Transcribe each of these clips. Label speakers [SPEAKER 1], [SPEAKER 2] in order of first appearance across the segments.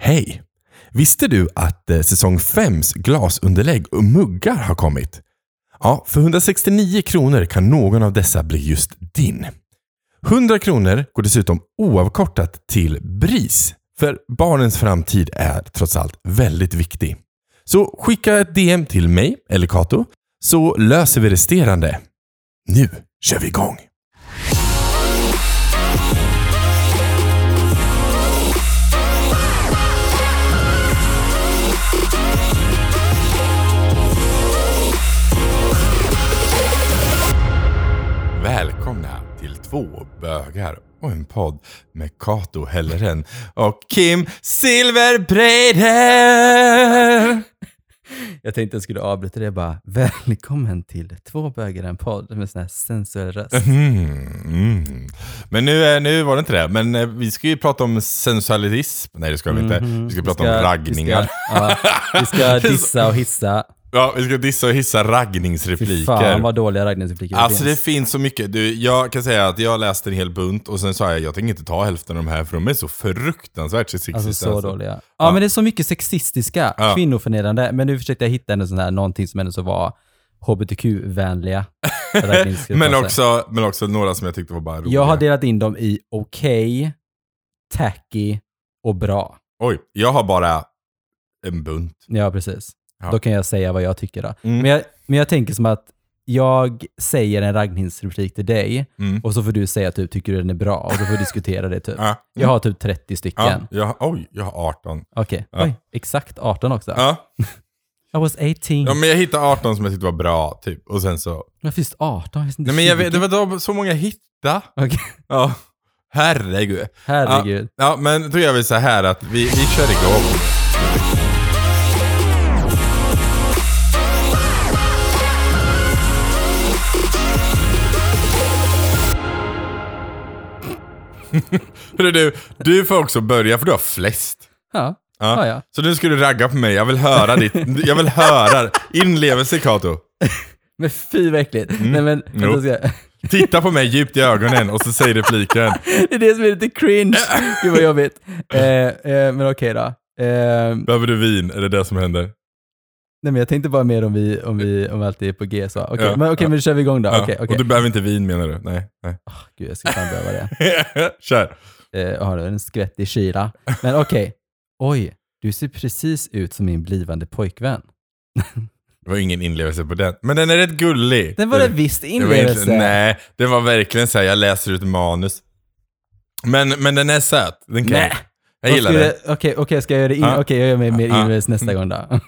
[SPEAKER 1] Hej! Visste du att eh, säsong 5s glasunderlägg och muggar har kommit? Ja, för 169 kronor kan någon av dessa bli just din. 100 kronor går dessutom oavkortat till BRIS, för barnens framtid är trots allt väldigt viktig. Så skicka ett DM till mig eller Kato, så löser vi resterande. Nu kör vi igång! Välkomna till två bögar och en podd med Kato Helleren och Kim Silverbreider.
[SPEAKER 2] Jag tänkte jag skulle avbryta det bara. Välkommen till Två bögar en podd med sån här sensuell röst.
[SPEAKER 1] Mm, mm. Men nu, eh, nu var det inte det. Men eh, vi ska ju prata om sensualism. Nej, det ska vi inte. Vi ska prata om raggningar.
[SPEAKER 2] Mhm. Vi ska, ja, vi ska dissa och hissa.
[SPEAKER 1] Ja, vi ska dissa och hissa
[SPEAKER 2] Fy
[SPEAKER 1] raggningsrepliker.
[SPEAKER 2] fan vad dåliga raggningsrepliker
[SPEAKER 1] Alltså det finns så mycket. Du, jag kan säga att jag läste en hel bunt och sen sa jag jag tänker inte ta hälften av de här för de är så fruktansvärt sexistiska.
[SPEAKER 2] Alltså så
[SPEAKER 1] alltså.
[SPEAKER 2] dåliga. Ja, men det är så mycket sexistiska,
[SPEAKER 1] Ja.
[SPEAKER 2] kvinnoförnedrande. Men nu försökte jag hitta ändå sån här, någonting som ändå så var hbtq-vänliga raggningsrepliker.
[SPEAKER 1] Men också, men också några som jag tyckte var bara roliga.
[SPEAKER 2] Typ alltså. Jag har delat in dem i okej, tacky och bra.
[SPEAKER 1] Oj, jag har bara en bunt.
[SPEAKER 2] Ja, precis.
[SPEAKER 1] Ja.
[SPEAKER 2] Då kan jag säga vad jag tycker då.
[SPEAKER 1] Mm.
[SPEAKER 2] Men, jag, men jag tänker som att jag säger en raggningsreplik till dig
[SPEAKER 1] Mm.
[SPEAKER 2] och så får du säga typ, tycker du den är bra? Och så får vi diskutera det typ.
[SPEAKER 1] Ja.
[SPEAKER 2] Jag har typ 30 stycken.
[SPEAKER 1] Ja, jag, har- oj, jag har 18.
[SPEAKER 2] Okej,
[SPEAKER 1] Ja.
[SPEAKER 2] oj, exakt 18 också.
[SPEAKER 1] Ja.
[SPEAKER 2] I was 18.
[SPEAKER 1] ja, men jag hittade 18 som jag tyckte var bra typ. Och sen så...
[SPEAKER 2] Men finns det 18? Finns det inte
[SPEAKER 1] Nej men jag
[SPEAKER 2] 20?
[SPEAKER 1] vet, det var då så många jag hittade.
[SPEAKER 2] Okej,
[SPEAKER 1] Ja. Herregud.
[SPEAKER 2] Herregud.
[SPEAKER 1] Ja, men då gör vi så här att vi, vi kör igång. Hörru du, du får också börja för du har flest.
[SPEAKER 2] Ja.
[SPEAKER 1] Ja.
[SPEAKER 2] Ja, ja.
[SPEAKER 1] Så nu ska du ragga på mig, jag vill höra ditt, jag vill höra inlevelse Kato.
[SPEAKER 2] Men fy vad äckligt. Nej,
[SPEAKER 1] Mm.
[SPEAKER 2] men,
[SPEAKER 1] Jo.
[SPEAKER 2] vänta, ska jag...
[SPEAKER 1] Titta på mig djupt i ögonen och så säg repliken.
[SPEAKER 2] Det är det som är lite cringe. Gud vad jobbigt. Eh, eh, men okej då. Eh,
[SPEAKER 1] Behöver du vin? Är det det som händer?
[SPEAKER 2] Nej men jag tänkte bara mer om vi, om vi, om vi alltid är på G så. Okej,
[SPEAKER 1] Ja,
[SPEAKER 2] men, okej,
[SPEAKER 1] ja.
[SPEAKER 2] men då kör vi igång då.
[SPEAKER 1] Ja.
[SPEAKER 2] Okej, okej.
[SPEAKER 1] Och du behöver inte vin menar du? Nej. nej.
[SPEAKER 2] Gud, jag ska fan behöva det.
[SPEAKER 1] Kör.
[SPEAKER 2] Eh, har du en skvätt i kyla? Men okej. Oj, du ser precis ut som min blivande pojkvän.
[SPEAKER 1] Det var ingen inlevelse på den. Men den är rätt gullig.
[SPEAKER 2] Den var
[SPEAKER 1] Det-
[SPEAKER 2] en visst
[SPEAKER 1] det var egentligen-
[SPEAKER 2] inlevelse.
[SPEAKER 1] Nej, det var verkligen så här, jag läser ut manus. Men, men den är söt. Den kan
[SPEAKER 2] Nej.
[SPEAKER 1] jag. Jag gillar
[SPEAKER 2] Vad
[SPEAKER 1] den.
[SPEAKER 2] skulle- Okej, okej, ska jag göra det in...
[SPEAKER 1] Ja.
[SPEAKER 2] Okej, jag gör mig mer
[SPEAKER 1] Ja. Mm.
[SPEAKER 2] inlevelse nästa gång då.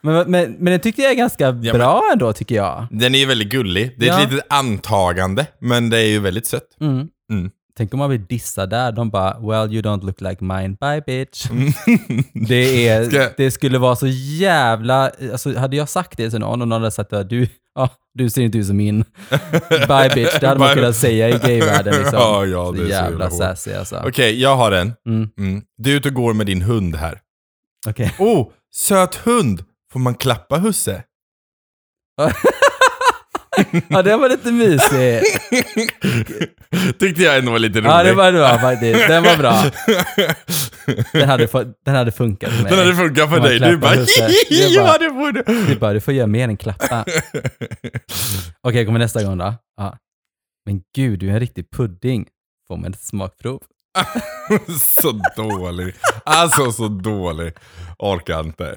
[SPEAKER 2] men, men, men den tyckte jag är ganska
[SPEAKER 1] men-
[SPEAKER 2] bra ändå, tycker jag.
[SPEAKER 1] Den är ju väldigt gullig. Det är ett
[SPEAKER 2] Ja.
[SPEAKER 1] litet antagande, men det är ju väldigt sött.
[SPEAKER 2] Mm.
[SPEAKER 1] Mm.
[SPEAKER 2] Tänk om man blir dissad där. De bara, well you don't look like mine, bye bitch. Det, är,
[SPEAKER 1] Mm. Ska-
[SPEAKER 2] det skulle vara så jävla... Alltså, hade jag sagt det till någon och någon hade sagt att du, ja, du ser inte ut som min. Bye bitch. Det hade man
[SPEAKER 1] Bye.
[SPEAKER 2] kunnat säga i gayvärlden. Liksom.
[SPEAKER 1] Ja, ja, det är så jävla
[SPEAKER 2] jävla
[SPEAKER 1] hårt.
[SPEAKER 2] sassy alltså.
[SPEAKER 1] Okej, jag har en.
[SPEAKER 2] Mm.
[SPEAKER 1] Mm. Du är ute och går med din hund här.
[SPEAKER 2] Okej.
[SPEAKER 1] Oh, söt hund! Får man klappa husse?
[SPEAKER 2] Ja, den var lite mysig.
[SPEAKER 1] Tyckte jag ändå var lite rolig.
[SPEAKER 2] ja, det var det var faktiskt. Den var bra. Den hade, fu- den hade funkat för mig.
[SPEAKER 1] Den hade funkat för
[SPEAKER 2] Man
[SPEAKER 1] dig. Du
[SPEAKER 2] klappar
[SPEAKER 1] bara,
[SPEAKER 2] husse. Det är bara-
[SPEAKER 1] ja det borde...
[SPEAKER 2] Du bara, du får göra mer än klappa. Okej, kommer nästa gång då. Ja. Men gud, du är en riktig pudding. Får man ett smakprov?
[SPEAKER 1] så dålig. Alltså så dålig. Orkar inte.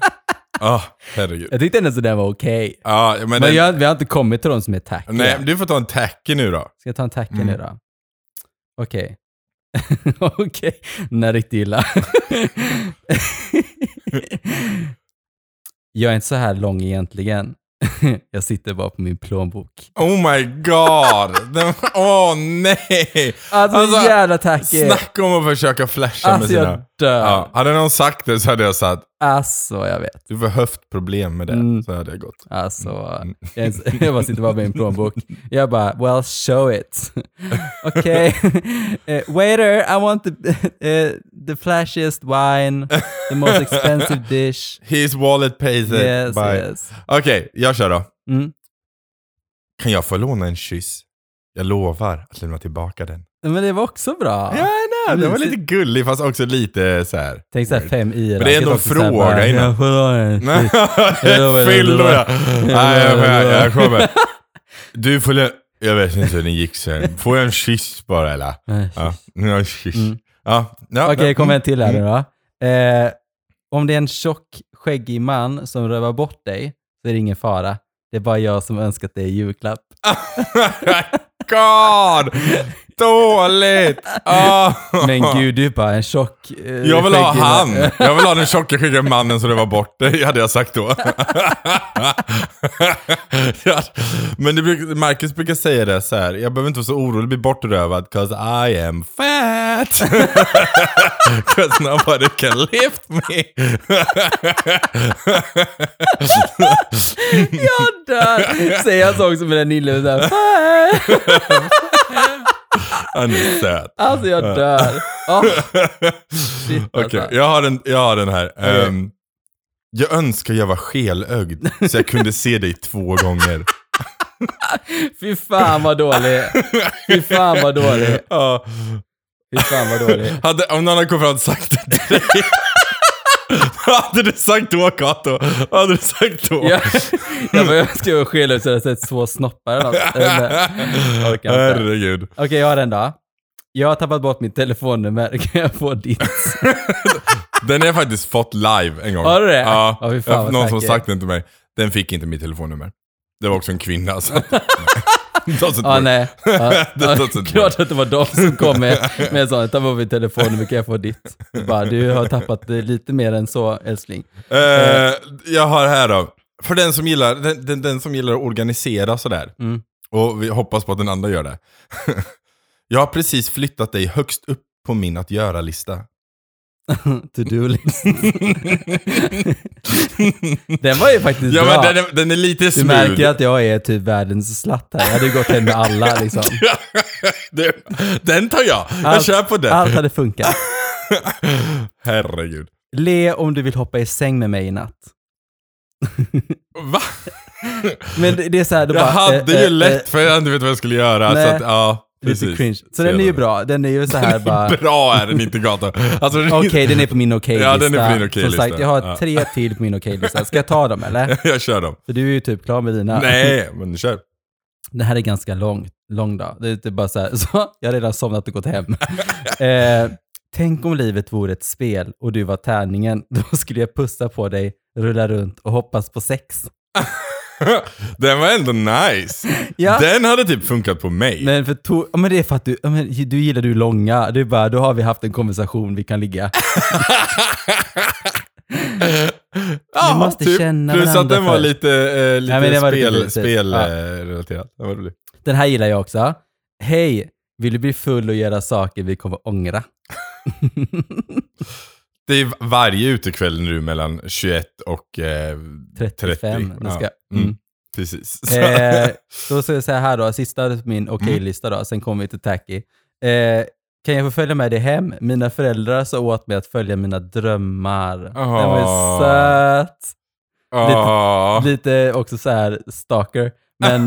[SPEAKER 1] Ah, herregud.
[SPEAKER 2] Jag tyckte ändå så den var okej.
[SPEAKER 1] Ja, men
[SPEAKER 2] Men
[SPEAKER 1] den,
[SPEAKER 2] jag, vi har inte kommit till de som är tacky.
[SPEAKER 1] nej,
[SPEAKER 2] än.
[SPEAKER 1] du får ta en tacky nu då.
[SPEAKER 2] Ska jag ta en tacky
[SPEAKER 1] Mm.
[SPEAKER 2] nu då? Okej. Okej. Nej, riktigt illa. jag är inte så här lång egentligen. jag sitter bara på min plånbok.
[SPEAKER 1] Oh my god. Den- Åh nej.
[SPEAKER 2] Alltså,
[SPEAKER 1] Alltså,
[SPEAKER 2] jävla tacky!
[SPEAKER 1] Snacka om att försöka flasha med
[SPEAKER 2] Alltså jag
[SPEAKER 1] sina...
[SPEAKER 2] dör.
[SPEAKER 1] Ja, hade någon sagt det så hade jag sagt
[SPEAKER 2] Alltså jag vet.
[SPEAKER 1] du får höftproblem med det.
[SPEAKER 2] Mm.
[SPEAKER 1] Så hade jag gått.
[SPEAKER 2] Alltså,
[SPEAKER 1] Mm.
[SPEAKER 2] jag, är inte- jag bara sitter bara med min plånbok. Jag bara, well show it. Okej. Eh, waiter, I want the, eh, the flashiest wine, the most expensive dish.
[SPEAKER 1] His wallet pays it.
[SPEAKER 2] Yes,
[SPEAKER 1] Typ, Bye.
[SPEAKER 2] yes.
[SPEAKER 1] Okej, jag kör då.
[SPEAKER 2] Mm.
[SPEAKER 1] Kan jag få låna en kyss? Jag lovar att lämna tillbaka den.
[SPEAKER 2] Men det var också bra.
[SPEAKER 1] Ja, I Ja, den var lite gullig fast också lite så här.
[SPEAKER 2] Tänk såhär fem i
[SPEAKER 1] Men det är ändå en fråga innan. Nej,
[SPEAKER 2] jag vet inte
[SPEAKER 1] Fyllor
[SPEAKER 2] vad-
[SPEAKER 1] ja. Nej, jag,
[SPEAKER 2] vet inte
[SPEAKER 1] jag,
[SPEAKER 2] vad-
[SPEAKER 1] jag kommer. Du får... lä- Jag vet inte hur den gick sen. Får jag en kyss bara eller? Ja, nu har jag kyss.
[SPEAKER 2] Mm.
[SPEAKER 1] Ja, ja,
[SPEAKER 2] Okej,
[SPEAKER 1] ja.
[SPEAKER 2] kom en till här
[SPEAKER 1] Mm.
[SPEAKER 2] nu då. Eh, om det är en tjock, skäggig man som rövar bort dig så är det ingen fara. Det är bara jag som önskat dig i julklapp.
[SPEAKER 1] God! Dåligt! Ah.
[SPEAKER 2] Men gud, du är bara en tjock... Eh,
[SPEAKER 1] Jag vill ha
[SPEAKER 2] skäggig
[SPEAKER 1] han.
[SPEAKER 2] man.
[SPEAKER 1] Jag vill ha den tjocka skygga mannen som det var bort dig, hade jag sagt då. Ja, Men det bruk, Marcus brukar säga det så här. jag behöver inte vara så orolig, bli bortrövad, 'cause I am fat. 'Cause nobody can lift me.
[SPEAKER 2] jag dör! Säger han så också med den lille såhär...
[SPEAKER 1] Han är söt.
[SPEAKER 2] Alltså jag dör. Åh, shit
[SPEAKER 1] Okej,
[SPEAKER 2] alltså.
[SPEAKER 1] jag, har den- jag har den här. Ehm, jag önskar jag var skelögd så jag kunde se dig två gånger.
[SPEAKER 2] Fy fan vad dålig. Fy fan vad dålig.
[SPEAKER 1] Ja.
[SPEAKER 2] Fy fan vad dålig.
[SPEAKER 1] Hade, om någon hade kommit fram och sagt det till dig. hade du sagt då Kato? Hade du sagt då?
[SPEAKER 2] Jag, jag bara, jag ska göra skelögd så jag sett två snoppar eller något. Eller- orkar inte.
[SPEAKER 1] Herregud.
[SPEAKER 2] Okej, jag har den då. Jag har tappat bort mitt telefonnummer. Kan jag få ditt?
[SPEAKER 1] Den har jag faktiskt fått live en gång.
[SPEAKER 2] Har du det?
[SPEAKER 1] Ja.
[SPEAKER 2] Ja, fy fan
[SPEAKER 1] jag,
[SPEAKER 2] vad
[SPEAKER 1] någon som
[SPEAKER 2] säker.
[SPEAKER 1] sagt den till mig. Den fick inte mitt telefonnummer. Det var också en kvinna. Så. Doesn't
[SPEAKER 2] Ja,
[SPEAKER 1] work.
[SPEAKER 2] nej. Ja,
[SPEAKER 1] Det
[SPEAKER 2] ja,
[SPEAKER 1] låter inte
[SPEAKER 2] klart att det var de som kom med, med sånt. Ta bort mitt telefonnummer. Kan jag få ditt? Jag Bara, du har tappat eh, lite mer än så, älskling.
[SPEAKER 1] Eh, jag har här då. För den som gillar, den, den, den som gillar att organisera sådär.
[SPEAKER 2] Mm.
[SPEAKER 1] Och vi hoppas på att den andra gör det. jag har precis flyttat dig högst upp på min att göra-lista.
[SPEAKER 2] To do list. Den var ju faktiskt
[SPEAKER 1] Ja,
[SPEAKER 2] bra.
[SPEAKER 1] men den, är, den är lite
[SPEAKER 2] Du
[SPEAKER 1] smooth.
[SPEAKER 2] märker att jag är typ världens slatt här. Jag hade ju gått hem med alla liksom.
[SPEAKER 1] Du, den tar jag. jag
[SPEAKER 2] Allt-
[SPEAKER 1] kör på den.
[SPEAKER 2] Allt hade funkat.
[SPEAKER 1] Herregud.
[SPEAKER 2] Le om du vill hoppa i säng med mig i natt.
[SPEAKER 1] Va?
[SPEAKER 2] Men det, det är så här, då
[SPEAKER 1] Jag
[SPEAKER 2] bara,
[SPEAKER 1] hade
[SPEAKER 2] eh,
[SPEAKER 1] ju
[SPEAKER 2] eh, eh,
[SPEAKER 1] lätt för jag hade inte vet vad jag skulle göra.
[SPEAKER 2] Nej.
[SPEAKER 1] så att, ja,
[SPEAKER 2] Lite
[SPEAKER 1] precis.
[SPEAKER 2] cringe. Så
[SPEAKER 1] Ser
[SPEAKER 2] den är ju
[SPEAKER 1] jag.
[SPEAKER 2] bra. Den är ju så här bara...
[SPEAKER 1] Bra är den inte Gata. Alltså, den är-
[SPEAKER 2] Okej, den är på min okej-lista.
[SPEAKER 1] Ja, den är på din okej-lista.
[SPEAKER 2] Som sagt, jag
[SPEAKER 1] Ja.
[SPEAKER 2] har tre till på min okej-lista. Ska jag ta dem eller?
[SPEAKER 1] jag kör dem.
[SPEAKER 2] För du är ju typ klar med dina.
[SPEAKER 1] Nej, men kör.
[SPEAKER 2] Den här är ganska lång, lång då. Det är typ bara så här, så, jag har redan somnat och gått hem. eh, tänk om livet vore ett spel och du var tärningen. Då skulle jag pussa på dig, rulla runt och hoppas på sex.
[SPEAKER 1] Den var ändå nice.
[SPEAKER 2] Ja.
[SPEAKER 1] Den hade typ funkat på mig.
[SPEAKER 2] Men, för to- ja, men det är för att du, ja, men, du gillar du långa. Du bara, då har vi haft en konversation, vi kan ligga.
[SPEAKER 1] Ja, typ.
[SPEAKER 2] Vi måste känna
[SPEAKER 1] Plus att
[SPEAKER 2] varandra
[SPEAKER 1] den var
[SPEAKER 2] först.
[SPEAKER 1] lite, eh, lite
[SPEAKER 2] Ja, men den var lite
[SPEAKER 1] spel,
[SPEAKER 2] rolig, typ. Ja.
[SPEAKER 1] spelrelaterad. Den var rolig.
[SPEAKER 2] Den här gillar jag också. Hej, vill du bli full och göra saker vi kommer ångra?
[SPEAKER 1] Det är varje utekväll nu mellan 21 och eh,
[SPEAKER 2] 35.
[SPEAKER 1] 30,
[SPEAKER 2] Nu ska,
[SPEAKER 1] ja.
[SPEAKER 2] mm.
[SPEAKER 1] Mm. precis.
[SPEAKER 2] Eh, då ska jag säga här då, sista på
[SPEAKER 1] Mm.
[SPEAKER 2] min okej-lista då, sen kommer vi till Tacky. Eh, kan jag få följa med dig hem? Mina föräldrar sa åt mig att följa mina drömmar. Den var
[SPEAKER 1] Åh.
[SPEAKER 2] ju söt.
[SPEAKER 1] Ja.
[SPEAKER 2] Lite också så här stalker. Men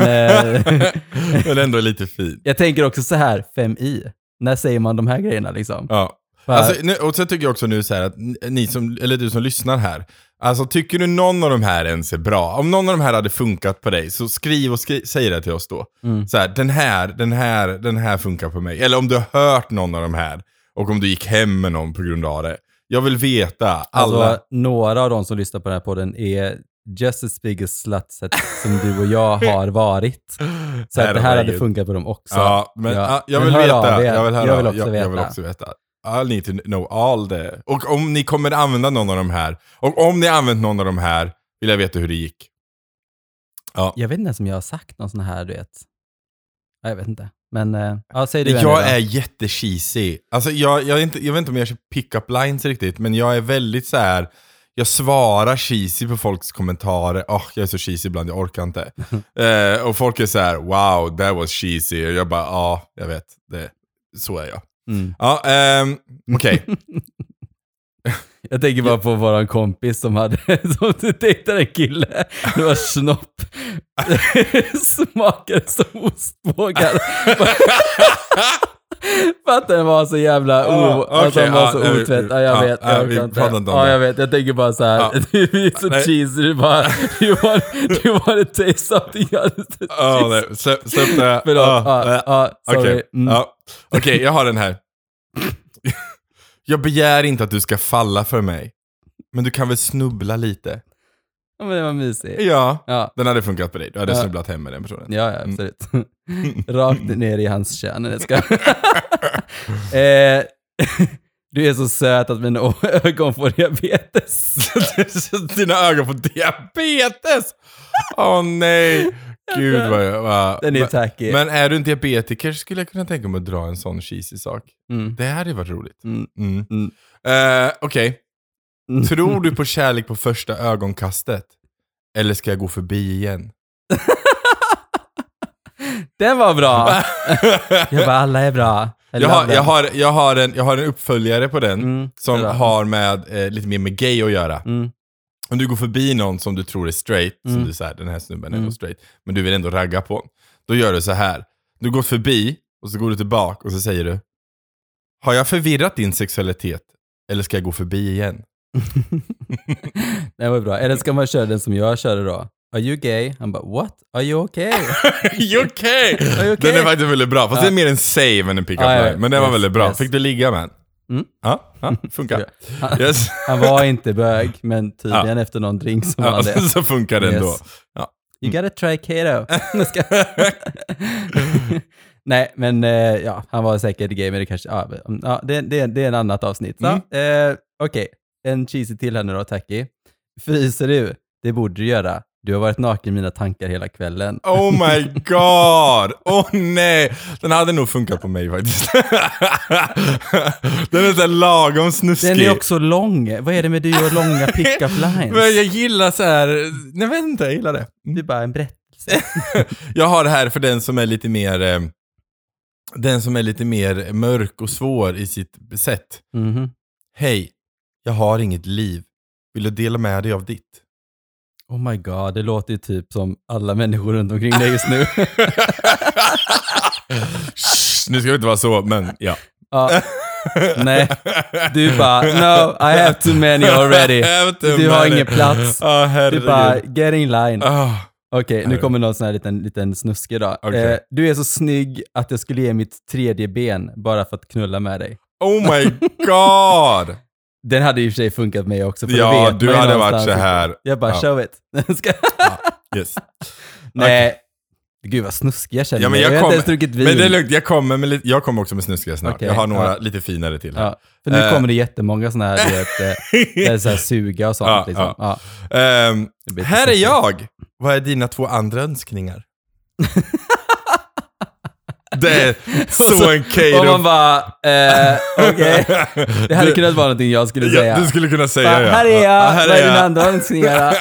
[SPEAKER 2] eh,
[SPEAKER 1] Men ändå lite fin.
[SPEAKER 2] jag tänker också så här, 5i. När säger man de här grejerna liksom?
[SPEAKER 1] Ja.
[SPEAKER 2] Bara,
[SPEAKER 1] Alltså, nu, och sen tycker jag också nu så här att ni- ni som, eller du som lyssnar här, alltså tycker du någon av de här ens är bra? Om någon av de här hade funkat på dig, så skriv och skri, säg det till oss då.
[SPEAKER 2] Mm.
[SPEAKER 1] Så här, den här, den här, den här funkar på mig. Eller om du har hört någon av de här, och om du gick hem med någon på grund av det. Jag vill veta, alla.
[SPEAKER 2] Alltså, några av de som lyssnar på den här podden är just as big as sluts som du och jag har varit. Så att det här hade
[SPEAKER 1] Herregud.
[SPEAKER 2] funkat på dem också.
[SPEAKER 1] ja, men,
[SPEAKER 2] ja.
[SPEAKER 1] ja. Jag,
[SPEAKER 2] Men
[SPEAKER 1] vill
[SPEAKER 2] hör
[SPEAKER 1] veta.
[SPEAKER 2] av er.
[SPEAKER 1] jag vill höra
[SPEAKER 2] Jag vill
[SPEAKER 1] av-
[SPEAKER 2] också
[SPEAKER 1] Jag, jag vill
[SPEAKER 2] veta.
[SPEAKER 1] också veta. I'll need to know all the... Och om ni kommer använda någon av de här, och om ni har använt någon av de här, vill jag veta hur det gick. Ja.
[SPEAKER 2] Jag vet inte ens om jag har sagt någon sån här, du vet. Ja, Jag vet inte. Men, eh, ja, säg du en då.
[SPEAKER 1] Jag är jättecheesy. Alltså jag, jag, är inte, jag vet inte om jag kör pick-up lines riktigt, men jag är väldigt så här. Jag svarar cheesy på folks kommentarer. Åh, jag är så cheesy ibland, jag orkar inte. eh, och folk är så här, wow, that was cheesy. Och jag bara, ja, jag vet. Det, så är jag.
[SPEAKER 2] Mm.
[SPEAKER 1] Ja, ehm, okej.
[SPEAKER 2] Jag tänker bara på våran kompis som hade, som dejtade en kille. Det var snopp. Smakade som ostbågar. För att den var så jävla o...
[SPEAKER 1] Ja,
[SPEAKER 2] att
[SPEAKER 1] okej,
[SPEAKER 2] den var
[SPEAKER 1] ja,
[SPEAKER 2] så
[SPEAKER 1] nu- nu-
[SPEAKER 2] otvätt. Ja, jag
[SPEAKER 1] ja,
[SPEAKER 2] vet.
[SPEAKER 1] ja,
[SPEAKER 2] Jag
[SPEAKER 1] vi
[SPEAKER 2] orkar inte.
[SPEAKER 1] pratar inte om
[SPEAKER 2] Ja,
[SPEAKER 1] det.
[SPEAKER 2] jag vet. Jag tänker bara så här.
[SPEAKER 1] Ja.
[SPEAKER 2] Du är så
[SPEAKER 1] Nej.
[SPEAKER 2] cheesy. Du bara... You want, you want to taste something else.
[SPEAKER 1] Ja, nej, släpp släpp det.
[SPEAKER 2] Förlåt.
[SPEAKER 1] eh, Ja, nej.
[SPEAKER 2] Ja, ja, sorry.
[SPEAKER 1] Okej,
[SPEAKER 2] Mm.
[SPEAKER 1] ja. Okej, jag har den här. Jag begär inte att du ska falla för mig. Men du kan väl snubbla lite?
[SPEAKER 2] Ja, men det var mysigt.
[SPEAKER 1] Ja.
[SPEAKER 2] Ja,
[SPEAKER 1] Den hade funkat på dig. Du hade
[SPEAKER 2] Ja.
[SPEAKER 1] snubblat hem med den personen.
[SPEAKER 2] ja, ja absolut. Mm. Rakt ner i hans kärna. Jag ska. eh, du är så söt att mina å- ögon får diabetes.
[SPEAKER 1] Dina ögon får diabetes! Åh nej! Gud vad jag... Vad,
[SPEAKER 2] Den är tacky.
[SPEAKER 1] men är du en diabetiker skulle jag kunna tänka mig att dra en sån cheesy sak.
[SPEAKER 2] Mm.
[SPEAKER 1] Det här hade ju varit roligt.
[SPEAKER 2] Mm.
[SPEAKER 1] Mm.
[SPEAKER 2] Mm.
[SPEAKER 1] Eh, Okej.
[SPEAKER 2] Mm.
[SPEAKER 1] Tror du på kärlek på första ögonkastet? Eller ska jag gå förbi igen?
[SPEAKER 2] Den var bra. Jag bara, alla är bra. I
[SPEAKER 1] jag,
[SPEAKER 2] love
[SPEAKER 1] har,
[SPEAKER 2] them.
[SPEAKER 1] jag, har, jag, har en, jag har en uppföljare på den
[SPEAKER 2] Mm,
[SPEAKER 1] som
[SPEAKER 2] det är bra.
[SPEAKER 1] har med, eh, lite mer med gay att göra.
[SPEAKER 2] Mm.
[SPEAKER 1] Om du går förbi någon som du tror är straight, som
[SPEAKER 2] Mm.
[SPEAKER 1] du säger den här snubben är
[SPEAKER 2] Mm.
[SPEAKER 1] nog straight, men du vill ändå ragga på. Då gör du så här. Du går förbi och så går du tillbaka och så säger du Har jag förvirrat din sexualitet? Eller ska jag gå förbi igen?
[SPEAKER 2] Den var bra. Eller ska man köra den som jag körde då? Are you gay? Han bara, what? Are you okay?
[SPEAKER 1] You okay?
[SPEAKER 2] Are you okay?
[SPEAKER 1] Den är faktiskt väldigt bra, fast
[SPEAKER 2] Ja.
[SPEAKER 1] det är mer en save än en pick-up
[SPEAKER 2] Ja, ja,
[SPEAKER 1] line. Men den var
[SPEAKER 2] yes,
[SPEAKER 1] väldigt bra.
[SPEAKER 2] yes.
[SPEAKER 1] Fick du ligga med
[SPEAKER 2] Mm.
[SPEAKER 1] Ja, ja, funkar.
[SPEAKER 2] Han,
[SPEAKER 1] Yes.
[SPEAKER 2] han var inte bög, men tydligen efter någon drink som
[SPEAKER 1] Ja,
[SPEAKER 2] han det.
[SPEAKER 1] så funkar det ändå.
[SPEAKER 2] Yes. You gotta try keto. Jag ska- Nej, men eh, ja, han var säkert gay, men det kanske... Ja, men, mm, ja, det, det, det är en annat avsnitt. Så,
[SPEAKER 1] Mm.
[SPEAKER 2] Eh, Okej, en cheesy till här nu då, Tacky. Fryser du? Det borde du göra. Du har varit naken i mina tankar hela kvällen.
[SPEAKER 1] Oh my god! Åh oh, nej! Den hade nog funkat på mig faktiskt. Den är så här lagom snuskig.
[SPEAKER 2] Den är också lång. Vad är det med du och långa pick-up lines?
[SPEAKER 1] Men jag gillar så här. Nej, jag vet inte, jag gillar det.
[SPEAKER 2] Det är bara en berättelse.
[SPEAKER 1] Jag har det här för den som är lite mer... eh, Den som är lite mer mörk och svår i sitt sätt.
[SPEAKER 2] Mhm.
[SPEAKER 1] Hej, jag har inget liv. Vill du dela med dig av ditt?
[SPEAKER 2] Oh my god, det låter ju typ som alla människor runt omkring dig just nu.
[SPEAKER 1] Shh, nu ska det inte vara så, men ja.
[SPEAKER 2] ja, nej, du bara no, I have too many already. Du har ingen plats.
[SPEAKER 1] Ja,
[SPEAKER 2] Du
[SPEAKER 1] Ah, herregud.
[SPEAKER 2] bara get in line.
[SPEAKER 1] Ah,
[SPEAKER 2] Okej, nu
[SPEAKER 1] Herregud.
[SPEAKER 2] kommer någon sån här liten, liten snuske då.
[SPEAKER 1] Okej.
[SPEAKER 2] Eh, du är så snygg att jag skulle ge mitt tredje ben bara för att knulla med dig.
[SPEAKER 1] oh my god!
[SPEAKER 2] Den hade i och för sig funkat mig också. För det
[SPEAKER 1] ja,
[SPEAKER 2] vet man
[SPEAKER 1] du
[SPEAKER 2] ju
[SPEAKER 1] hade varit så
[SPEAKER 2] någonstans.
[SPEAKER 1] här.
[SPEAKER 2] Jag bara
[SPEAKER 1] Ja.
[SPEAKER 2] show it. Ska-
[SPEAKER 1] Yes.
[SPEAKER 2] Nej. Gud vad snuskig jag känner
[SPEAKER 1] Ja, men
[SPEAKER 2] mig.
[SPEAKER 1] jag
[SPEAKER 2] Jag, har
[SPEAKER 1] kommer-
[SPEAKER 2] inte ens druckit vin.
[SPEAKER 1] Men det är lugnt, jag kommer, med lite, jag kommer också med snuskiga snart.
[SPEAKER 2] Okej,
[SPEAKER 1] jag har några
[SPEAKER 2] ja.
[SPEAKER 1] lite finare till här.
[SPEAKER 2] ja, för nu
[SPEAKER 1] Eh.
[SPEAKER 2] kommer det jättemånga sådana här, du vet, eh, där det är så här suga och sånt.
[SPEAKER 1] Ja,
[SPEAKER 2] liksom.
[SPEAKER 1] ja.
[SPEAKER 2] Ja,
[SPEAKER 1] Ehm,
[SPEAKER 2] det blir
[SPEAKER 1] här är
[SPEAKER 2] lite
[SPEAKER 1] jag! Vad är dina två andra önskningar? det är så en
[SPEAKER 2] snuskigt. Och
[SPEAKER 1] Kato
[SPEAKER 2] man bara, eh, okej. Det hade kunnat vara någonting jag skulle säga.
[SPEAKER 1] Ja, du skulle kunna säga
[SPEAKER 2] Bara,
[SPEAKER 1] ja.
[SPEAKER 2] Här är
[SPEAKER 1] Ja,
[SPEAKER 2] jag,
[SPEAKER 1] här
[SPEAKER 2] vad är
[SPEAKER 1] jag.
[SPEAKER 2] dina andra önskningar?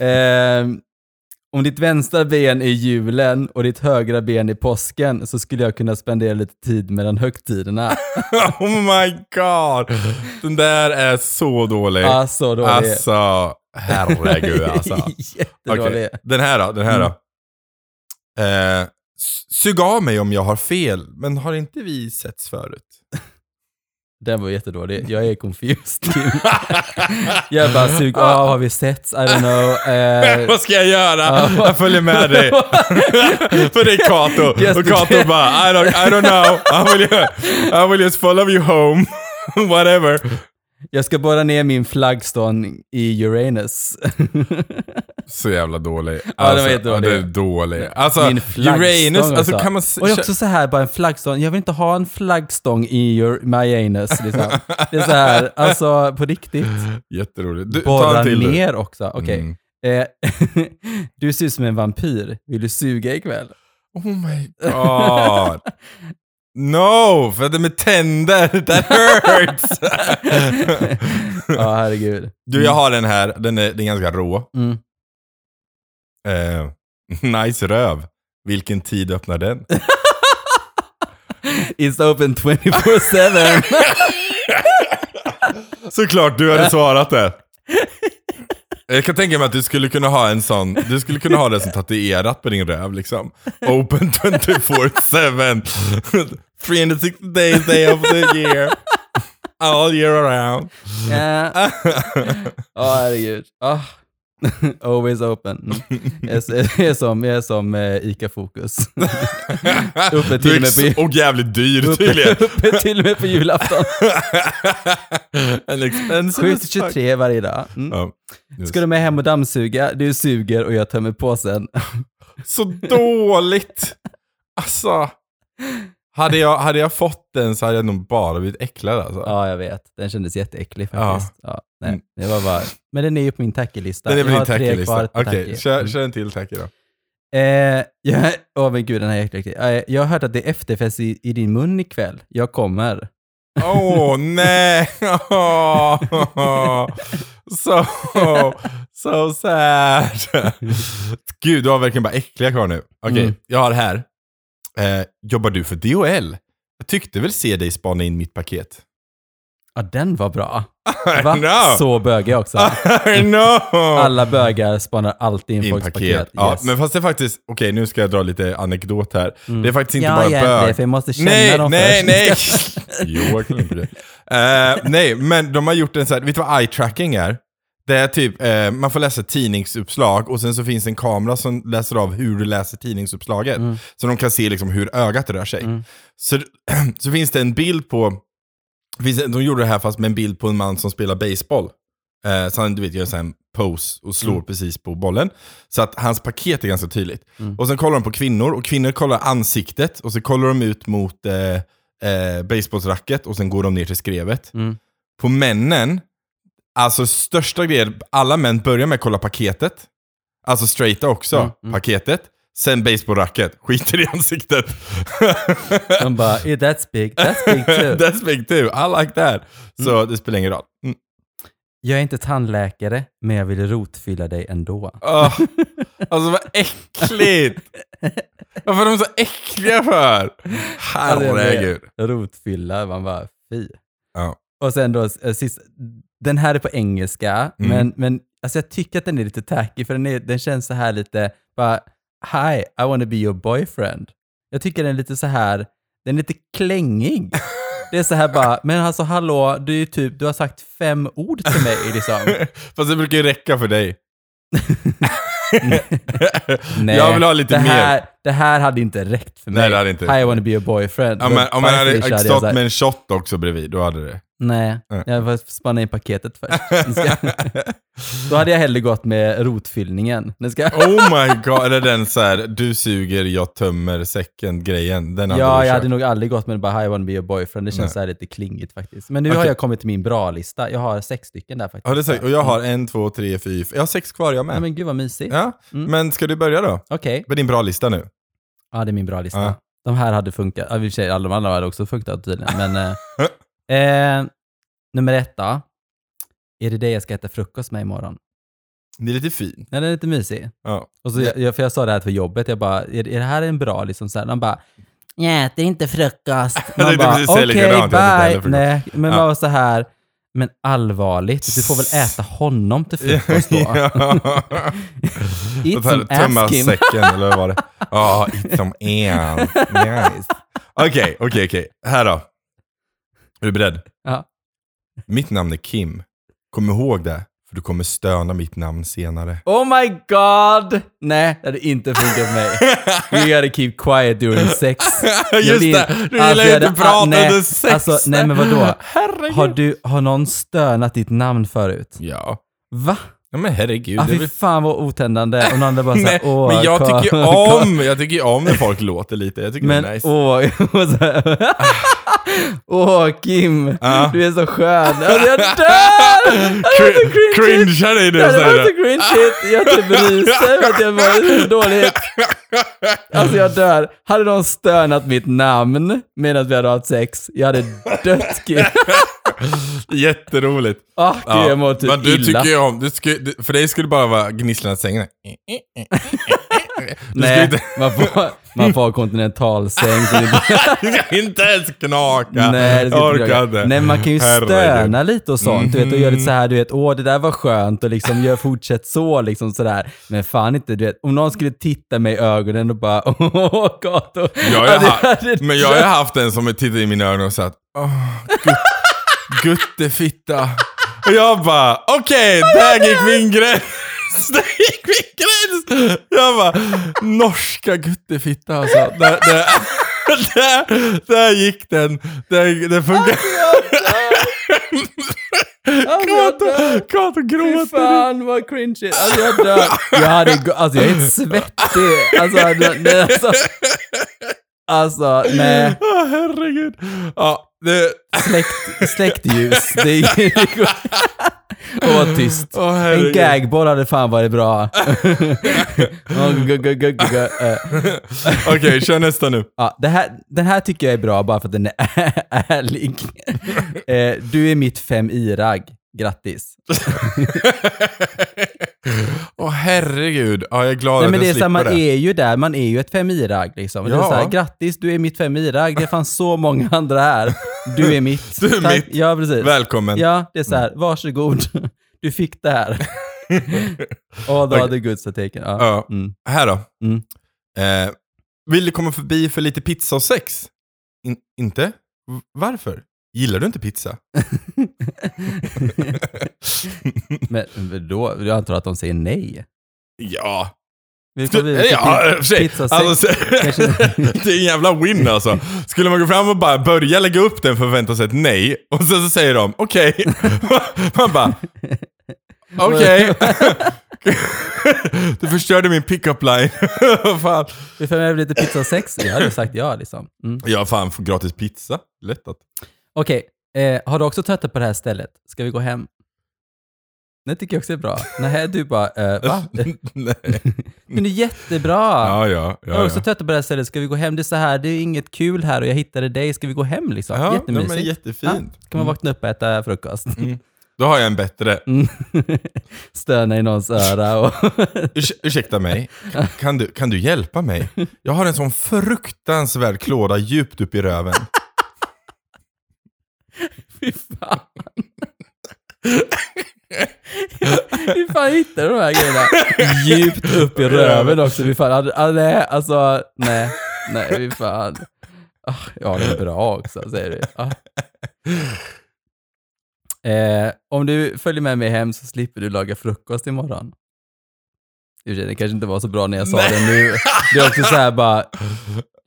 [SPEAKER 2] Ehm, om ditt vänstra ben är julen och ditt högra ben är påsken så skulle jag kunna spendera lite tid mellan högtiderna.
[SPEAKER 1] oh my god! Den där är så dålig.
[SPEAKER 2] ah, så dålig.
[SPEAKER 1] alltså, herregud alltså.
[SPEAKER 2] Jättedålig. Mm.
[SPEAKER 1] Okej, Den här då, den här då. Eh, s- sug av mig om jag har fel, men har inte vi setts förut?
[SPEAKER 2] Den var jättedålig. Jag är confused. Tim. jag bara sug av, har vi setts? I don't know. Eh,
[SPEAKER 1] Vad ska jag göra?
[SPEAKER 2] Ja.
[SPEAKER 1] Jag följer med dig. För det är Kato.
[SPEAKER 2] Just
[SPEAKER 1] och
[SPEAKER 2] det.
[SPEAKER 1] Kato bara, I don't, I don't know. I will, I will just follow you home. Whatever.
[SPEAKER 2] jag ska borra ner min flaggstång i Uranus.
[SPEAKER 1] Så jävla dålig. Alltså,
[SPEAKER 2] var jättedålig.
[SPEAKER 1] det är dålig. Alltså,
[SPEAKER 2] min flaggstång
[SPEAKER 1] Uranus, alltså kan man... s-
[SPEAKER 2] Och det är också så här, bara en flaggstång. Jag vill inte ha en flaggstång i your, my anus. Liksom. Det är så här, alltså på riktigt.
[SPEAKER 1] Jätteroligt. Du, ta
[SPEAKER 2] Borra
[SPEAKER 1] en till du.
[SPEAKER 2] ner också. Okej.
[SPEAKER 1] Mm.
[SPEAKER 2] Eh, du ser ut som en vampyr. Vill du suga ikväll?
[SPEAKER 1] Oh my god. No, för det med tänder, that hurts!
[SPEAKER 2] Ja, herregud.
[SPEAKER 1] du, jag har den här, den är, den är ganska rå.
[SPEAKER 2] Mm.
[SPEAKER 1] Eh, nice röv. Vilken tid öppnar den?
[SPEAKER 2] It's open 24-7.
[SPEAKER 1] Såklart du hade svarat det. Jag kan tänka mig att du skulle kunna ha en sån, du skulle kunna ha det som tatuerat på din röv liksom. Open 24-7. 360 days day of the year. All year around.
[SPEAKER 2] Ja, Åh, herregud. Ah. Always open. Mm. Jag är- jag är som, jag är som eh, ICA Fokus. Uppe till
[SPEAKER 1] Du är
[SPEAKER 2] och med
[SPEAKER 1] ex-
[SPEAKER 2] på-
[SPEAKER 1] och jävligt dyr
[SPEAKER 2] Uppe,
[SPEAKER 1] tydligen.
[SPEAKER 2] uppe till och med på julafton.
[SPEAKER 1] en expensive
[SPEAKER 2] 7
[SPEAKER 1] as
[SPEAKER 2] till
[SPEAKER 1] fuck.
[SPEAKER 2] 23 varje dag. Mm.
[SPEAKER 1] Ja, just.
[SPEAKER 2] Ska du med hem och dammsuga? Du suger och jag tömmer påsen.
[SPEAKER 1] Så dåligt! Alltså. Hade jag, hade jag fått den så hade jag nog bara blivit äcklad alltså.
[SPEAKER 2] Ja, jag vet. Den kändes jätteäcklig faktiskt. Ja. nej, det var bara... Men den är ju på min tackelista.
[SPEAKER 1] Mm. Den är väl
[SPEAKER 2] Jag
[SPEAKER 1] din
[SPEAKER 2] har tre kvar
[SPEAKER 1] tackelista?
[SPEAKER 2] på
[SPEAKER 1] Okej,
[SPEAKER 2] tacky.
[SPEAKER 1] kör,
[SPEAKER 2] Mm.
[SPEAKER 1] kör en till tacky då.
[SPEAKER 2] Eh, jag, åh men gud, den här är jätteäcklig. Eh, jag har hört att det är efterfest i, i din mun ikväll. Jag kommer.
[SPEAKER 1] Åh oh, nej! Åh. so, so sad. Gud, du har verkligen bara äckliga kvar nu. Okej,
[SPEAKER 2] Mm.
[SPEAKER 1] jag har här. Eh, jobbar du för DHL? Jag tyckte väl se dig spana in mitt paket.
[SPEAKER 2] Ja, den var bra.
[SPEAKER 1] I
[SPEAKER 2] Va?
[SPEAKER 1] know!
[SPEAKER 2] Så bögiga också.
[SPEAKER 1] I know!
[SPEAKER 2] Alla bögar spanar alltid in
[SPEAKER 1] in
[SPEAKER 2] folks
[SPEAKER 1] paket.
[SPEAKER 2] paket.
[SPEAKER 1] Ja,
[SPEAKER 2] Yes.
[SPEAKER 1] Men fast det är faktiskt, okej nu ska jag dra lite anekdot här.
[SPEAKER 2] Mm.
[SPEAKER 1] Det är faktiskt inte
[SPEAKER 2] ja,
[SPEAKER 1] bara
[SPEAKER 2] egentligen,
[SPEAKER 1] bög.
[SPEAKER 2] för jag måste känna
[SPEAKER 1] Nej,
[SPEAKER 2] dem
[SPEAKER 1] nej,
[SPEAKER 2] först.
[SPEAKER 1] nej! jo, jag kan inte det. Eh, nej, men de har gjort en så här, vet du vad eye-tracking är? Det är typ, eh, man får läsa tidningsuppslag och sen så finns en kamera som läser av hur du läser tidningsuppslaget.
[SPEAKER 2] Mm.
[SPEAKER 1] Så de kan se liksom hur ögat rör sig.
[SPEAKER 2] Mm.
[SPEAKER 1] Så, så finns det en bild på, finns, det- de gjorde det här fast med en bild på en man som spelar baseball. Eh, så han du vet, gör så här en pose och slår precis på bollen. Så att hans paket är ganska tydligt.
[SPEAKER 2] Mm.
[SPEAKER 1] Och sen kollar de på kvinnor och kvinnor kollar ansiktet och så kollar de ut mot eh, eh, baseballsracket och sen går de ner till skrevet.
[SPEAKER 2] Mm.
[SPEAKER 1] På männen, alltså största grejen, alla män börjar med att kolla paketet. Alltså straighta också,
[SPEAKER 2] Mm, mm.
[SPEAKER 1] paketet. Sen baseballracket, skiter i ansiktet.
[SPEAKER 2] De bara, "Eh, that's big, that's big too.
[SPEAKER 1] That's big too, I like that. Så det spelar ingen roll. Mm.
[SPEAKER 2] jag är inte tandläkare, men jag vill rotfylla dig ändå.
[SPEAKER 1] Åh, alltså vad äckligt! Varför är de så äckliga för?
[SPEAKER 2] Alltså, jag vet.
[SPEAKER 1] Herregud.
[SPEAKER 2] Rotfylla, man bara, fy.
[SPEAKER 1] Ja.
[SPEAKER 2] Och sen då, eh, sist, den här är på engelska,
[SPEAKER 1] Mm.
[SPEAKER 2] men, men alltså jag tycker att den är lite tacky, för den, är, den känns så här lite, bara, hi, I wanna be your boyfriend. Jag tycker den är lite så här, den är lite klängig. Det är så här bara, men alltså hallå, du är ju typ, du har sagt fem ord till mig liksom.
[SPEAKER 1] Fast det brukar ju räcka för dig.
[SPEAKER 2] Nej,
[SPEAKER 1] jag vill ha lite
[SPEAKER 2] det
[SPEAKER 1] mer.
[SPEAKER 2] här, Det här hade inte räckt för mig.
[SPEAKER 1] Nej, det hade inte räckt.
[SPEAKER 2] Hi, I wanna be your boyfriend.
[SPEAKER 1] Ja, men, om man
[SPEAKER 2] Varför
[SPEAKER 1] hade
[SPEAKER 2] körde jag
[SPEAKER 1] stått
[SPEAKER 2] så här?
[SPEAKER 1] med en shot också bredvid, då hade det.
[SPEAKER 2] Nej,
[SPEAKER 1] Nej.
[SPEAKER 2] jag får spanna in paketet först. Nu ska- Då hade jag hellre gått med rotfyllningen. Nu ska...
[SPEAKER 1] oh my god, eller den så här, du suger, jag tömmer säcken-grejen. Den hade
[SPEAKER 2] Ja,
[SPEAKER 1] du
[SPEAKER 2] jag
[SPEAKER 1] kört.
[SPEAKER 2] hade nog aldrig gått med bara Hi, I wanna be your boyfriend. Det
[SPEAKER 1] Nej.
[SPEAKER 2] känns så här lite klingigt faktiskt. Men nu har
[SPEAKER 1] Okej.
[SPEAKER 2] jag kommit till min bra-lista. Jag har sex stycken där faktiskt.
[SPEAKER 1] Ja, det är säkert. Och jag har en, två, tre, fyra, jag har sex kvar jag
[SPEAKER 2] Nej,
[SPEAKER 1] med.
[SPEAKER 2] Mm. men gud vad mysigt.
[SPEAKER 1] Ja,
[SPEAKER 2] Mm.
[SPEAKER 1] men ska du börja då?
[SPEAKER 2] Okej,
[SPEAKER 1] Med din bra lista nu.
[SPEAKER 2] ja det är min bra-lista.
[SPEAKER 1] Ja.
[SPEAKER 2] De här hade funkat. Ja, i och för sig, alla de andra hade också funkat tydligen. Men, eh, eh, nummer ett då. Är det det jag ska äta frukost med imorgon?
[SPEAKER 1] Det är lite fin.
[SPEAKER 2] Ja, den är lite mysig.
[SPEAKER 1] Ja.
[SPEAKER 2] Och så, jag, för jag sa det här för jobbet, jag bara, är, är det här en bra liksom så här, de bara, jag äter inte frukost.
[SPEAKER 1] Jag
[SPEAKER 2] Man
[SPEAKER 1] tänkte
[SPEAKER 2] bara,
[SPEAKER 1] precis säga
[SPEAKER 2] okej,
[SPEAKER 1] likadant, jag äter inte heller
[SPEAKER 2] bye. Nej, men
[SPEAKER 1] Ja.
[SPEAKER 2] man var så här, men allvarligt, du får väl äta honom till frukost då?
[SPEAKER 1] Ja.
[SPEAKER 2] Eat
[SPEAKER 1] Att här,
[SPEAKER 2] some
[SPEAKER 1] tömma
[SPEAKER 2] ass, Kim.
[SPEAKER 1] säcken, eller vad var det? Ja, eat some ass. Nice. Okej, okej, okej. Här då. Är du beredd?
[SPEAKER 2] Ja.
[SPEAKER 1] Mitt namn är Kim. Kom ihåg det, för du kommer stöna mitt namn senare.
[SPEAKER 2] Oh my god! Nej, det hade inte funkat för mig. You gotta keep quiet during sex.
[SPEAKER 1] Just
[SPEAKER 2] vill-
[SPEAKER 1] det, du
[SPEAKER 2] alltså,
[SPEAKER 1] gillar
[SPEAKER 2] jag
[SPEAKER 1] ju
[SPEAKER 2] hade-
[SPEAKER 1] inte prata
[SPEAKER 2] ah, nej,
[SPEAKER 1] under sex.
[SPEAKER 2] alltså, nej, men vadå?
[SPEAKER 1] Herregud.
[SPEAKER 2] Har, du, har någon stönat ditt namn förut?
[SPEAKER 1] Ja.
[SPEAKER 2] Va?
[SPEAKER 1] ja, men herregud.
[SPEAKER 2] Ah,
[SPEAKER 1] det är
[SPEAKER 2] fy
[SPEAKER 1] väl...
[SPEAKER 2] fan vad otändande. Och någon annan bara såhär,
[SPEAKER 1] Nej,
[SPEAKER 2] åh,
[SPEAKER 1] men jag
[SPEAKER 2] kom,
[SPEAKER 1] tycker ju
[SPEAKER 2] kom."
[SPEAKER 1] om, jag tycker ju om när folk låter lite. Jag tycker
[SPEAKER 2] Men
[SPEAKER 1] det är nice. Ah.
[SPEAKER 2] åh, jag måste säga- åh Kim,
[SPEAKER 1] Ja.
[SPEAKER 2] du är så skön. Alltså, jag dör!
[SPEAKER 1] Cri- Cringear dig nu
[SPEAKER 2] Det hade
[SPEAKER 1] säger
[SPEAKER 2] varit
[SPEAKER 1] du.
[SPEAKER 2] så grinchigt. Jag typ ryser för att jag mår så dåligt. Alltså jag dör. Hade de stönat mitt namn medan vi hade haft sex, jag hade dött Kim.
[SPEAKER 1] Jätteroligt.
[SPEAKER 2] Åh gud,
[SPEAKER 1] Ja,
[SPEAKER 2] jag mår typ
[SPEAKER 1] men du
[SPEAKER 2] illa.
[SPEAKER 1] tycker ju om, du sku, du, för dig skulle det bara vara gnisslan i sängen. Du ska
[SPEAKER 2] Nej,
[SPEAKER 1] inte,
[SPEAKER 2] man får, man får ha kontinentalsäng. Så det,
[SPEAKER 1] du ska inte ens knaka.
[SPEAKER 2] nej, det ska
[SPEAKER 1] jag
[SPEAKER 2] inte
[SPEAKER 1] orkar
[SPEAKER 2] jag.
[SPEAKER 1] inte.
[SPEAKER 2] nej, men man kan ju
[SPEAKER 1] Herregud. Mm.
[SPEAKER 2] stöna lite och sånt. Du vet, och göra lite så här, du vet, åh det där var skönt och liksom gör fortsätt så liksom sådär. Men fan inte, du vet, om någon skulle titta mig i ögonen och bara, åh Kato.
[SPEAKER 1] Jag har,
[SPEAKER 2] Ja, det
[SPEAKER 1] ju ha-
[SPEAKER 2] hade-
[SPEAKER 1] men jag har ju haft en som tittat i mina ögon och sagt Åh, gut- guttefitta. Och jag bara, okej, där gick min gräns. Där gick min gräns. Jag bara, norska guttefitta alltså. Där, där, där, där gick den. Där, den funkar.
[SPEAKER 2] Alltså, jag dör.
[SPEAKER 1] Kato, Kato
[SPEAKER 2] Fy
[SPEAKER 1] gråter.
[SPEAKER 2] fan vad cringe Alltså jag dör. Jag hade, gå- alltså jag är helt svettig. Alltså, nej, alltså, alltså nej.
[SPEAKER 1] Åh, herregud. Ja, det...
[SPEAKER 2] Släkt, släktljus. Det är det går- Och var tyst.
[SPEAKER 1] Åh,
[SPEAKER 2] En
[SPEAKER 1] herregud.
[SPEAKER 2] gagboll hade fan varit bra. Ja, gu- gu- gu- gu- gu- eh.
[SPEAKER 1] Okej, kör nästa nu.
[SPEAKER 2] Ja, det här, den här tycker jag är bra bara för att den är ärlig. Eh, Du är mitt fem i-ragg. Grattis.
[SPEAKER 1] Åh herregud. Ja, jag är glad
[SPEAKER 2] Nej
[SPEAKER 1] att
[SPEAKER 2] men
[SPEAKER 1] jag
[SPEAKER 2] det är så
[SPEAKER 1] slipper
[SPEAKER 2] här, man
[SPEAKER 1] det.
[SPEAKER 2] är ju där, man är ju ett fem i-ragg liksom. Det är
[SPEAKER 1] Ja.
[SPEAKER 2] så här, grattis, du är mitt fem i-ragg. Det fanns så många andra här. Du är mitt.
[SPEAKER 1] Du är
[SPEAKER 2] Tack.
[SPEAKER 1] mitt.
[SPEAKER 2] Ja, precis.
[SPEAKER 1] Välkommen.
[SPEAKER 2] Ja, det är så här,
[SPEAKER 1] Mm.
[SPEAKER 2] varsågod. Du fick det här. All the
[SPEAKER 1] Okej.
[SPEAKER 2] other goods are taken. Ja.
[SPEAKER 1] Ja.
[SPEAKER 2] Mm.
[SPEAKER 1] Här då.
[SPEAKER 2] Mm.
[SPEAKER 1] Eh, vill du komma förbi för lite pizza och sex? In- inte? V- varför? Gillar du inte pizza?
[SPEAKER 2] Men men då, jag antar att de säger nej.
[SPEAKER 1] ja.
[SPEAKER 2] Vi får
[SPEAKER 1] Du,
[SPEAKER 2] vidare till
[SPEAKER 1] ja, i och för sig.
[SPEAKER 2] pizza sex.
[SPEAKER 1] Alltså, det är en jävla win alltså. Skulle man gå fram och bara börja lägga upp den förväntan sig ett nej och sen så säger de okej. Man bara okej. du förstörde min pickup line. fan.
[SPEAKER 2] Vi får med lite pizza sex. Jag hade sagt ja liksom. Mm.
[SPEAKER 1] Ja, fan får gratis pizza. Lätt att.
[SPEAKER 2] Okej, eh, har du också tröttnat på det här stället? Ska vi gå hem? Det tycker jag också är bra. Nej, du bara, eh, va?
[SPEAKER 1] Nej.
[SPEAKER 2] Men det är jättebra.
[SPEAKER 1] Ja, ja,
[SPEAKER 2] jag är
[SPEAKER 1] ja.
[SPEAKER 2] också typ
[SPEAKER 1] ja.
[SPEAKER 2] trött på det här stället. Ska vi gå hem? Det är så här, det är inget kul här och jag hittade dig. Ska vi gå hem liksom?
[SPEAKER 1] Ja,
[SPEAKER 2] Jättemysigt.
[SPEAKER 1] men jättefint.
[SPEAKER 2] Ja, kan man vakna upp och äta frukost.
[SPEAKER 1] Då har jag en bättre.
[SPEAKER 2] Mm. Stöna i någons öra och...
[SPEAKER 1] Urs ursäkta mig, Kan- kan du, kan du hjälpa mig? Jag har en sån fruktansvärd klåda djupt upp i röven.
[SPEAKER 2] Fy fan. Hur fan hittar du de här grejerna? Djupt upp i röven också. Fy fan. Ah, ah, nej, alltså, nej. Nej, fy fan. Ah, ja, det är bra också, säger du. Ah. Eh, om du följer med mig hem så slipper du laga frukost imorgon. I och för sig, Det kanske inte var så bra när jag sa det nu. Det är också så här bara,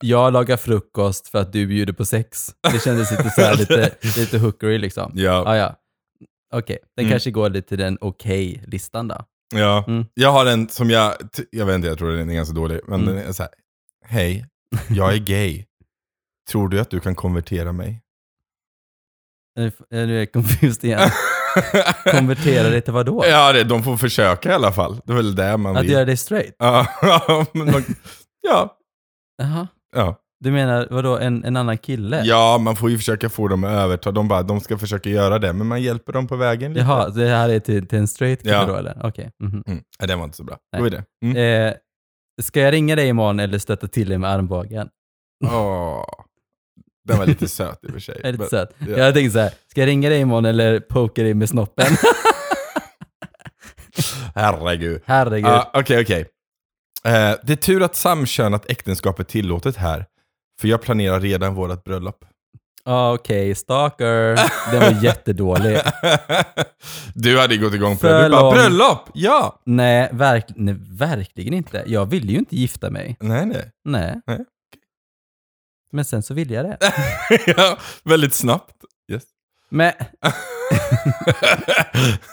[SPEAKER 2] jag lagar frukost för att du bjuder på sex. Det kändes lite så här lite, lite hookery liksom.
[SPEAKER 1] Ja,
[SPEAKER 2] Ah, ja. Okej, den
[SPEAKER 1] Mm.
[SPEAKER 2] kanske går lite till den okej-listan då.
[SPEAKER 1] ja.
[SPEAKER 2] Mm.
[SPEAKER 1] Jag har en som jag, ty- jag vet inte, jag tror den är ganska dålig, men
[SPEAKER 2] Mm.
[SPEAKER 1] den är så här. Hej, jag är gay. Tror du att du kan konvertera mig?
[SPEAKER 2] Är du- Är du confused igen? Konvertera dig till vad då?
[SPEAKER 1] ja, det, de får försöka i alla fall. Det är väl det man
[SPEAKER 2] Att
[SPEAKER 1] vill.
[SPEAKER 2] göra dig straight?
[SPEAKER 1] Ja, men de- ja,
[SPEAKER 2] Jaha.
[SPEAKER 1] ja.
[SPEAKER 2] Du menar vadå, en, en annan kille?
[SPEAKER 1] Ja, man får ju försöka få dem att överta. De, bara, de ska försöka göra det, men man hjälper dem på vägen lite.
[SPEAKER 2] Jaha, så det här är till, till en straight kille
[SPEAKER 1] Ja.
[SPEAKER 2] då eller? Okej. mhm.
[SPEAKER 1] Mm. Nej, den var inte så bra.
[SPEAKER 2] Nej.
[SPEAKER 1] Då är det. Mm.
[SPEAKER 2] Eh, ska jag ringa dig imorgon eller stöta till dig med armbågen?
[SPEAKER 1] Åh. Den var lite söt i och för sig.
[SPEAKER 2] Är det lite
[SPEAKER 1] Men-
[SPEAKER 2] söt?
[SPEAKER 1] Eh, ja.
[SPEAKER 2] Jag tänkte så här, ska jag ringa dig imorgon eller poka dig med snoppen?
[SPEAKER 1] Herregud.
[SPEAKER 2] Herregud.
[SPEAKER 1] Ja, Okej, okej. Eh, Det är tur att samkönat äktenskap är tillåtet här, för jag planerar redan vårt bröllop.
[SPEAKER 2] Ah, Okej, stalker. Den var jättedålig.
[SPEAKER 1] du hade ju gått igång på
[SPEAKER 2] För
[SPEAKER 1] det. Du bara,
[SPEAKER 2] lång.
[SPEAKER 1] bröllop! Ja!
[SPEAKER 2] Nej, verk, nej, verkligen inte. Jag ville ju inte gifta mig.
[SPEAKER 1] Nej, nej.
[SPEAKER 2] Nej.
[SPEAKER 1] Nej, okej.
[SPEAKER 2] Men sen så ville jag det.
[SPEAKER 1] ja, väldigt snabbt. Yes.
[SPEAKER 2] Men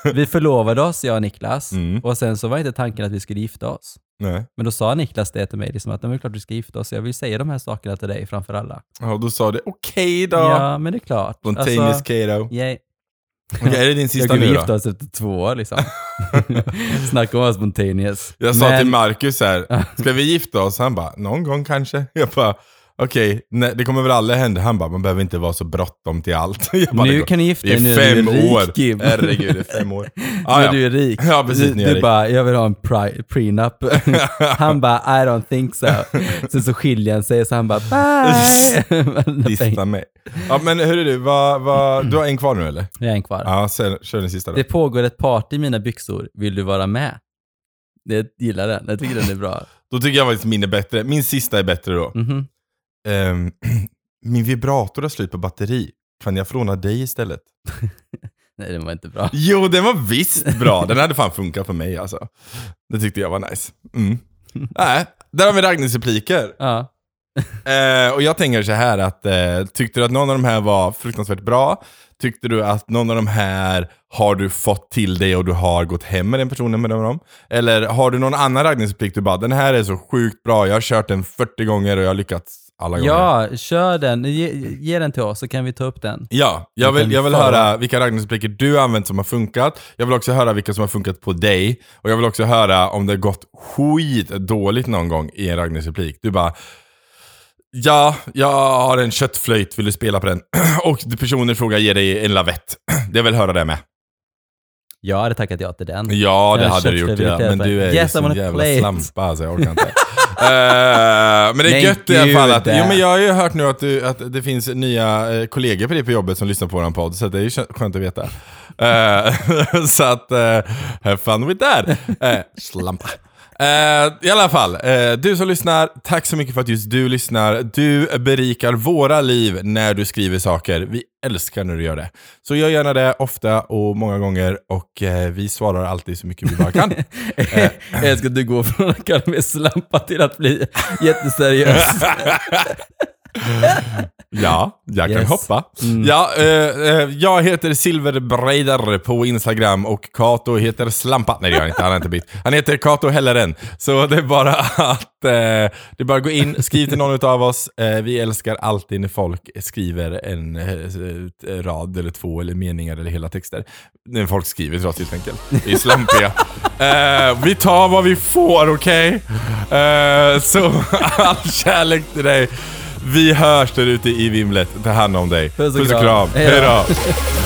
[SPEAKER 2] vi förlovade oss, jag och Niklas.
[SPEAKER 1] Mm.
[SPEAKER 2] Och sen så var inte tanken att vi skulle gifta oss.
[SPEAKER 1] nej.
[SPEAKER 2] Men då sa Niklas det till mig, liksom att "Nej, men det är klart vi ska gifta oss. Jag vill säga de här sakerna till dig framför alla.
[SPEAKER 1] Ja, då sa du okej då.
[SPEAKER 2] Ja, men det är klart.
[SPEAKER 1] Spontaneous Kato.
[SPEAKER 2] yay.
[SPEAKER 1] Okej, är det din
[SPEAKER 2] Jag
[SPEAKER 1] sista
[SPEAKER 2] kunde
[SPEAKER 1] nu
[SPEAKER 2] gifta
[SPEAKER 1] då?
[SPEAKER 2] oss efter två år liksom. Snacka om att vara spontaneous.
[SPEAKER 1] Jag sa
[SPEAKER 2] Men-
[SPEAKER 1] till Marcus här, ska vi gifta oss? Han bara, någon gång kanske. Jag bara, okej, nej, det kommer väl aldrig hända. Han bara, man behöver inte vara så bråttom till allt. Jag bara, det
[SPEAKER 2] nu
[SPEAKER 1] går-
[SPEAKER 2] kan du gifta
[SPEAKER 1] det
[SPEAKER 2] dig
[SPEAKER 1] är
[SPEAKER 2] nu när
[SPEAKER 1] fem
[SPEAKER 2] du är rik,
[SPEAKER 1] år.
[SPEAKER 2] Gib.
[SPEAKER 1] Herregud, det är fem år. Ah,
[SPEAKER 2] när
[SPEAKER 1] ja.
[SPEAKER 2] du är rik.
[SPEAKER 1] Ja, precis, när
[SPEAKER 2] du
[SPEAKER 1] jag är
[SPEAKER 2] du
[SPEAKER 1] rik.
[SPEAKER 2] bara, jag vill ha en pri- prenup. han bara, I don't think so. Sen så skiljer han sig, så han bara, bye!
[SPEAKER 1] Dissa mig. Ja, men hur är du, vad, vad, du har en kvar nu eller?
[SPEAKER 2] Jag är en kvar.
[SPEAKER 1] Ja, sen, kör den sista då.
[SPEAKER 2] Det pågår ett party i mina byxor. Vill du vara med? Jag gillar den. Jag tycker den är bra.
[SPEAKER 1] Då tycker jag faktiskt min är bättre. Min sista är bättre då.
[SPEAKER 2] Mhm.
[SPEAKER 1] Ehm, min vibrator har slut på batteri. Kan jag fråna dig istället?
[SPEAKER 2] Nej, den var inte bra.
[SPEAKER 1] Jo, den var visst bra. Den hade fan funkat för mig alltså. Det tyckte jag var nice. Mm. Nej, där har vi Ragnes repliker.
[SPEAKER 2] Ja.
[SPEAKER 1] Eh, och jag tänker så här att, eh, tyckte du att någon av de här var fruktansvärt bra? Tyckte du att någon av de här har du fått till dig och du har gått hem med den personen med dem? Eller har du någon annan raggningsreplik du bara, den här är så sjukt bra, jag har kört den 40 gånger och jag har lyckats alla gånger.
[SPEAKER 2] ja, kör den. Ge, ge den till oss så kan vi ta upp den.
[SPEAKER 1] Ja, jag
[SPEAKER 2] Vilken
[SPEAKER 1] vill, jag vill
[SPEAKER 2] fara.
[SPEAKER 1] höra vilka raggningsrepliker du har använt som har funkat. Jag vill också höra vilka som har funkat på dig. Och jag vill också höra om det har gått skitdåligt någon gång i en raggningsreplik. Du bara, ja, jag har en köttflöjt, vill du spela på den? Och personen frågar ger dig en lavett. Jag vill höra det med.
[SPEAKER 2] Jag hade tackat ja till den.
[SPEAKER 1] Ja, det
[SPEAKER 2] Jag har
[SPEAKER 1] hade du gjort
[SPEAKER 2] köttflöjt
[SPEAKER 1] ja.
[SPEAKER 2] i alla
[SPEAKER 1] Men
[SPEAKER 2] fall.
[SPEAKER 1] du är
[SPEAKER 2] Yes, I
[SPEAKER 1] ju
[SPEAKER 2] wanna
[SPEAKER 1] sån jävla
[SPEAKER 2] play it.
[SPEAKER 1] slampa alltså, jag orkar inte. Eh, men det är
[SPEAKER 2] Men
[SPEAKER 1] gött i alla fall. Att,
[SPEAKER 2] gud.
[SPEAKER 1] jo, men jag har ju hört nu att, du, att det finns nya eh, kollegor på dig på jobbet som lyssnar på våran podd, så det är ju skö- skönt att veta. Eh, så att, eh, have fun with that. Eh, slampa. Eh, I alla fall, eh, du som lyssnar, tack så mycket för att just du lyssnar. Du berikar våra liv när du skriver saker. Vi älskar när du gör det. Så gör gärna det ofta och många gånger och eh, vi svarar alltid så mycket vi bara kan.
[SPEAKER 2] jag älskar att du går från att kalla mig slampa till att bli jätteseriös.
[SPEAKER 1] Ja, jag kan
[SPEAKER 2] Yes.
[SPEAKER 1] hoppa. Ja, eh, eh, jag heter Silverbreidar på Instagram och Kato heter Slampa. Nej, det gör han inte. Han har inte bytt. Han heter Kato Helleren. Så det är bara att eh, det är bara att gå in, skriv till någon av oss. Eh, vi älskar alltid när folk skriver en eh, rad eller två eller meningar eller hela texter. När folk skriver till oss helt enkelt. Vi är slampiga. eh, vi tar vad vi får, okej? Eh, så all kärlek till dig. Vi hörs där ute i vimlet. Ta hand om dig.
[SPEAKER 2] Puss och
[SPEAKER 1] Puss och
[SPEAKER 2] kram.
[SPEAKER 1] kram.
[SPEAKER 2] Hej då.
[SPEAKER 1] Hej då.